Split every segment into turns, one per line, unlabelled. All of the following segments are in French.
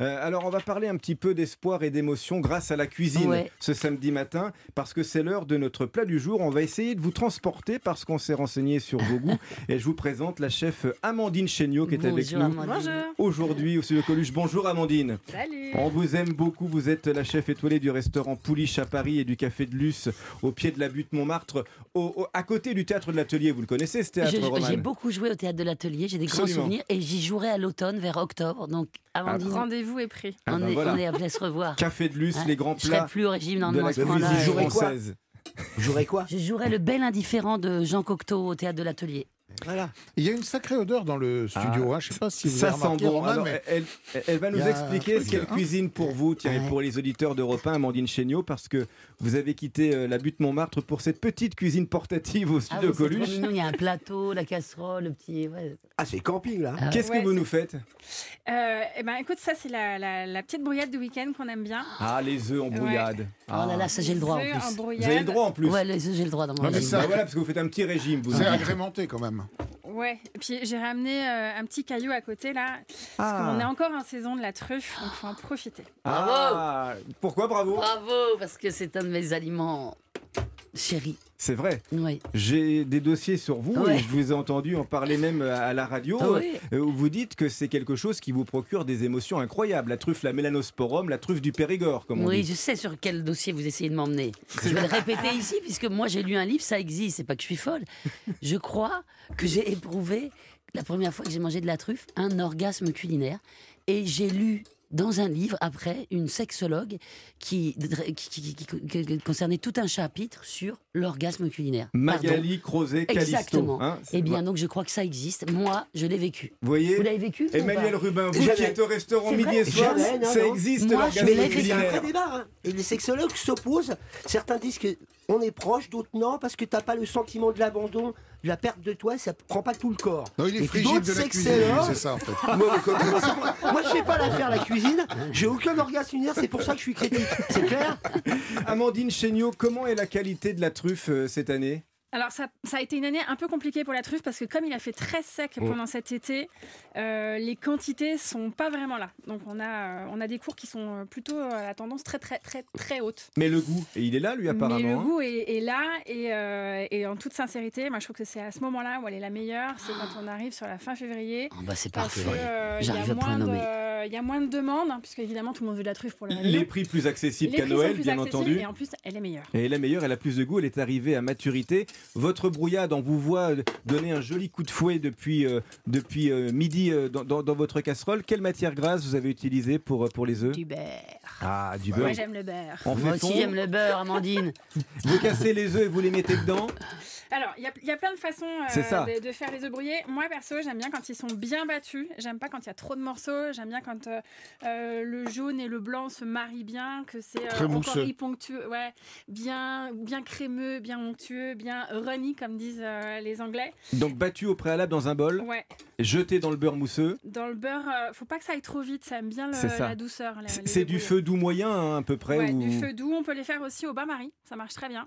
Euh, alors, on va parler un petit peu d'espoir et d'émotion grâce à la cuisine
Ouais.
ce samedi matin, parce que c'est l'heure de notre plat du jour. On va essayer de vous transporter parce qu'on s'est renseigné sur vos goûts. Et je vous présente la chef Amandine Chéniaud qui est avec
Bonjour,
nous
Amandine.
Bonjour.
aujourd'hui au Studio Coluche. Bonjour Amandine.
Salut.
On vous aime beaucoup. Vous êtes la chef étoilée du restaurant Pouliche à Paris et du Café de Luce au pied de la butte Montmartre, au- au- à côté du théâtre de l'Atelier. Vous le connaissez ce théâtre,
Je- J'ai
Roman
beaucoup joué au théâtre de l'atelier, j'ai des grands
Absolument.
souvenirs et j'y jouerai à l'automne vers octobre. Donc, Amandine,
Rendez-vous est pris.
Ah
on,
ben
est,
voilà.
on est appelé à se revoir.
Café de Luce,
Ouais,
les grands
Je serai
plats
plus au régime
de
normalement
la
à ce
cuisine
moment-là.
cuisine du jour. Jouerez quoi
française.
J'aurais quoi
Je jouerai le bel indifférent de Jean Cocteau au théâtre de l'atelier.
Voilà.
Il y a une sacrée odeur dans le studio. hein. Je ne sais pas si vous
Ah. Ça
avez
sent
remarqué.
bon.
Romain,
Alors,
mais
elle, elle- elle va nous
y a un
expliquer
truc,
ce qu'elle
hein.
cuisine pour vous, tiens, et
Ouais.
pour les auditeurs d'Europe 1, Amandine Chéniaud, parce que vous avez quitté euh, la butte Montmartre pour cette petite cuisine portative au
Ah
studio
oui, c'est trop
Coluche.
mignon, il y a un plateau, la casserole, le petit. ouais.
Ah, c'est camping là.
Ah.
Qu'est-ce
Ouais,
que vous
c'est-
nous faites
Euh, eh ben, écoute, ça c'est la, la- la petite brouillade du week-end qu'on aime bien.
Ah, les œufs en brouillade. Ah.
Oh là là, ça j'ai le droit en
Œufs
plus.
Vous avez le droit en plus.
Ouais, là, ça, j'ai le droit dans mon
Non, mais
régime.
ça-
Bah voilà, parce que vous faites un petit régime, vous.
c'est agrémenté quand même.
Ouais. Et puis j'ai ramené euh, un petit caillou à côté là. On est
Ah.
encore en saison de la truffe, donc faut en profiter.
Ah. Pourquoi bravo
Bravo, parce que c'est un de mes aliments chéris.
C'est vrai,
Oui.
j'ai des dossiers sur vous et
Ouais.
je vous ai entendu en parler même euh, à la radio.
Ah ouais.
Euh, Vous dites que c'est quelque chose qui vous procure des émotions incroyables. La truffe, la mélanosporum, la truffe du Périgord, comme on
Oui,
dit.
je sais sur quel dossier vous essayez de m'emmener. Je vais le répéter ici, puisque moi j'ai lu un livre, ça existe, c'est pas que je suis folle. Je crois que j'ai éprouvé, la première fois que j'ai mangé de la truffe, un orgasme culinaire. Et j'ai lu dans un livre, après, une sexologue qui, qui- qui- qui- qui concernait tout un chapitre sur l'orgasme culinaire. Pardon.
Magali Crozet Calisto.
Exactement.
hein.
Eh bien, donc je crois que ça existe. Moi, je l'ai vécu.
vous voyez
Vous l'avez vécu vous, ou
Emmanuel
pas
Rubin, vous
Jamais.
qui êtes au restaurant
C'est
midi
vrai
et soir,
Jamais, non,
ça
non.
existe
Moi,
Mais
l'orgasme
je l'ai
les- c'est un vrai
culinaire.
débat. hein. Et les sexologues s'opposent. Certains disent que on est proche, d'autres non, parce que t'as pas le sentiment de l'abandon, de la perte de toi, ça prend pas tout le corps.
Non, il est
Et puis
frigide
d'autres
de la cuisine, lui, c'est
sexologues.
ça en fait.
Moi, mais comment- comment ça- moi, je sais pas la faire la cuisine, j'ai aucun orgasme culinaire, c'est pour ça que je suis critique, c'est clair
Amandine Chéniaud, comment est la qualité de la truffe euh, cette année
Alors ça, ça a été une année un peu compliquée pour la truffe parce que comme il a fait très sec pendant cet été, euh, les quantités sont pas vraiment là. Donc on a, euh, on a des cours qui sont euh, plutôt à la tendance très très très très haute.
Mais le goût, et il est là lui apparemment.
Mais le
hein.
goût est, est là et, euh, et en toute sincérité, moi je trouve que c'est à ce moment-là où elle est la meilleure, c'est quand on arrive sur la fin février.
Ah bah, C'est
Parce
parfait.
que euh, il y, a
J'arrive à point
moins
nommer.
de- il y a moins de demandes, hein, puisque évidemment tout le monde veut de la truffe pour le
Les prix plus accessibles qu'à Noël, bien entendu. Ah
Et en plus, elle est meilleure.
Et la meilleure, elle a plus de goût, elle est arrivée à maturité. Votre brouillade, on vous voit euh, donner un joli coup de fouet depuis, euh, depuis euh, midi euh, dans, dans- dans votre casserole. Quelle matière grasse vous avez utilisée pour, euh, pour les œufs
Du beurre.
Ah, du
Bah
Moi
beurre.
j'aime le beurre.
On
Moi
fait
aussi,
fondre,
j'aime le beurre, Amandine.
vous cassez les œufs et vous les mettez dedans.
Alors, il y a- il y, a plein de façons euh,
C'est ça.
de, de faire les œufs brouillés. Moi, perso, j'aime bien quand ils sont bien battus. J'aime pas quand il y a trop de morceaux. J'aime bien quand euh, euh, le jaune et le blanc se marient bien, que c'est euh,
Très
encore
mousseux.
y ponctueux, ouais, bien, bien crémeux, bien onctueux, bien runny, comme disent euh, les Anglais.
Donc battu au préalable dans un bol,
Ouais,
jeté dans le beurre mousseux.
dans le beurre, euh, faut pas que ça aille trop vite. Ça aime bien le-
C'est ça.
la douceur. la-
C'est
les
c'est
œufs
du
brouillés.
feu doux moyen hein, à peu près.
Ouais,
ou-
du feu doux. On peut les faire aussi au bain-marie, ça marche très bien.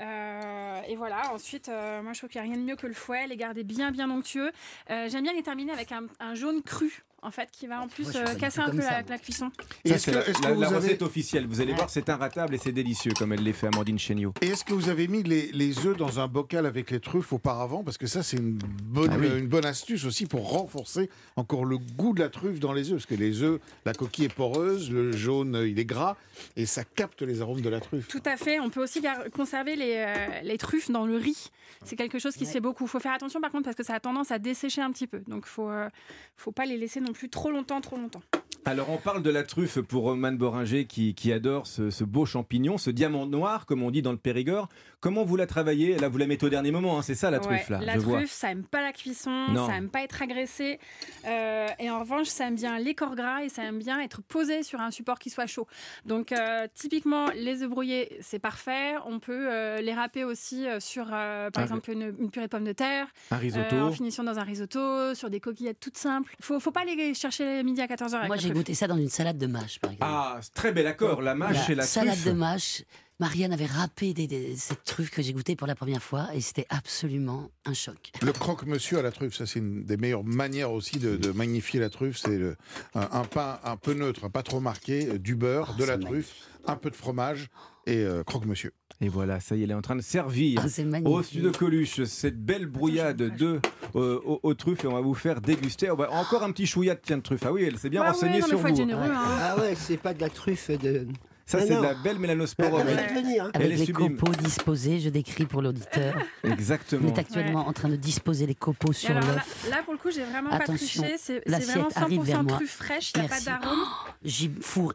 Euh, et voilà, ensuite, euh, moi je trouve qu'il n'y a rien de mieux que le fouet, les garder bien, bien onctueux. Euh, J'aime bien les terminer avec un, un jaune cru, en fait, qui va en plus
je
euh,
suis pas
casser
du tout
un peu
comme ça,
la,
moi.
la cuisson.
Et
Ça,
est-ce
c'est
que-
la,
est-ce que
la- la
vous avez-
recette officielle. Vous allez voir, c'est inratable et c'est délicieux comme elle les fait Amandine Chéniaud.
Et est-ce que vous avez mis les, les œufs dans un bocal avec les truffes auparavant Parce que ça, c'est une bonne,
Ah oui.
une bonne astuce aussi pour renforcer encore le goût de la truffe dans les œufs. Parce que les œufs, la coquille est poreuse, le jaune, euh, il est gras, et ça capte les arômes de la truffe.
Tout à fait, on peut aussi gar- conserver les, euh, les truffes dans le riz. C'est quelque chose qui se fait beaucoup. Il faut faire attention par contre parce que ça a tendance à dessécher un petit peu. Donc faut, euh, faut pas les laisser non plus trop longtemps, trop longtemps.
Alors on parle de la truffe pour Roman Boringer qui, qui adore ce, ce beau champignon, ce diamant noir comme on dit dans le Périgord. Comment vous la travaillez Là vous la mettez au dernier moment, hein, c'est ça la
Ouais,
truffe là,
La
je
truffe,
vois.
ça aime pas la cuisson,
Non.
ça aime pas être agressé. Euh, et en revanche, ça aime bien les corps gras et ça aime bien être posé sur un support qui soit chaud. Donc, euh, typiquement, les œufs brouillés, c'est parfait. On peut euh, les râper aussi euh, sur, euh, par
Ah,
exemple, une, une purée de pommes de terre,
Un
euh,
risotto.
en finissant dans un risotto, sur des coquillettes toutes simples. Faut, faut pas les chercher midi à 14h.
Ah, Moi, j'ai goûté ça dans une salade de mâche, par exemple.
ah, c'est très bel accord, la Ah, mâche et la
salade
truffe.
de mâche. Marianne avait râpé des, des- ces truffes que j'ai goûté pour la première fois et c'était absolument un choc.
Le croque-monsieur à la truffe, ça c'est une des meilleures manières aussi de, de magnifier la truffe. C'est le- un, un pain un peu neutre, pas trop marqué, euh, du beurre,
Oh,
de la
c'est
truffe, un peu de fromage et euh, croque-monsieur.
Et voilà, ça y est, elle est en train de servir.
Ah, c'est
Au
magnifique.
sud de Coluche, cette belle brouillade de euh, aux, aux truffes et on va vous faire déguster. On va encore un petit chouillat de tiens de truffes. Ah oui, elle s'est bien
Bah
renseignée
ouais, non, mais
sur
faut être
vous.
généreux,
Ouais.
hein.
Ah ouais, c'est pas de la truffe de.
Ça
Mais
c'est de
non.
la belle mélanosporum.
Ah, Ouais.
Faites venir. hein.
Elle est
Avec les
sublime.
copeaux disposés, je décris pour l'auditeur. On
Exactement.
est actuellement en train de disposer les copeaux
Et
sur
alors là,
l'œuf.
là, pour le coup, j'ai vraiment
Attention,
pas triché. C'est c'est
l'assiette
vraiment
arrive vers
100%
moi.
truffe fraîche. Il n'y a pas
Merci.
d'arôme.
J'y fourre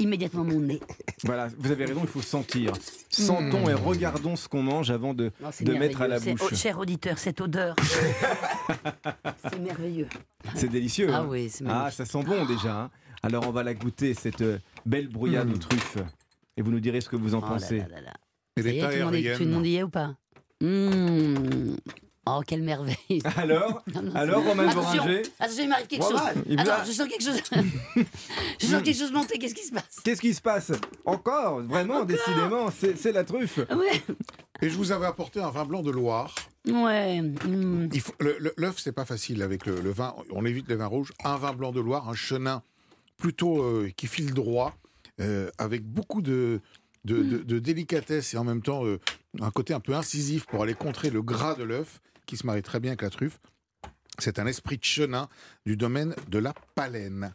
immédiatement mon nez.
Voilà, vous avez raison, il faut sentir. Sentons et regardons ce qu'on mange avant de,
Non, Oh, c'est
de mettre à la
merveilleux. C'est-
bouche.
oh, cher auditeur, cette odeur. c'est merveilleux.
C'est délicieux.
Ah
hein.
oui, c'est
Ah,
magnifique.
ça sent bon déjà. hein. Alors on va la goûter, cette euh, belle brouillade aux truffes. Et vous nous direz ce que vous en
Oh là
pensez.
là là là.
Et
Ça y est, tout, le monde est-
aériennes.
tout le monde y est ou pas Mmh. Oh, quelle merveille.
Alors,
Non, non, c'est-
alors Romain
Attention.
Boringer,
Attends, il m'arrive quelque
Voilà.
chose.
Il
Attends,
va-
je sens quelque chose. je sens quelque chose monter. Qu'est-ce qui se passe
qu'est-ce qui se passe Encore, vraiment, décidément, c'est c'est la truffe.
Ouais.
Et je vous avais apporté un vin blanc de Loire.
Ouais. mmh.
Il faut- le- le- L'œuf, c'est pas facile avec le, le vin. On évite les vins rouges. Un vin blanc de Loire, un chenin plutôt euh, qui file droit, euh, avec beaucoup de, de, de- de délicatesse et en même temps euh, un côté un peu incisif pour aller contrer le gras de l'œuf qui se marie très bien avec la truffe. C'est un esprit de chenin du domaine de la palaine.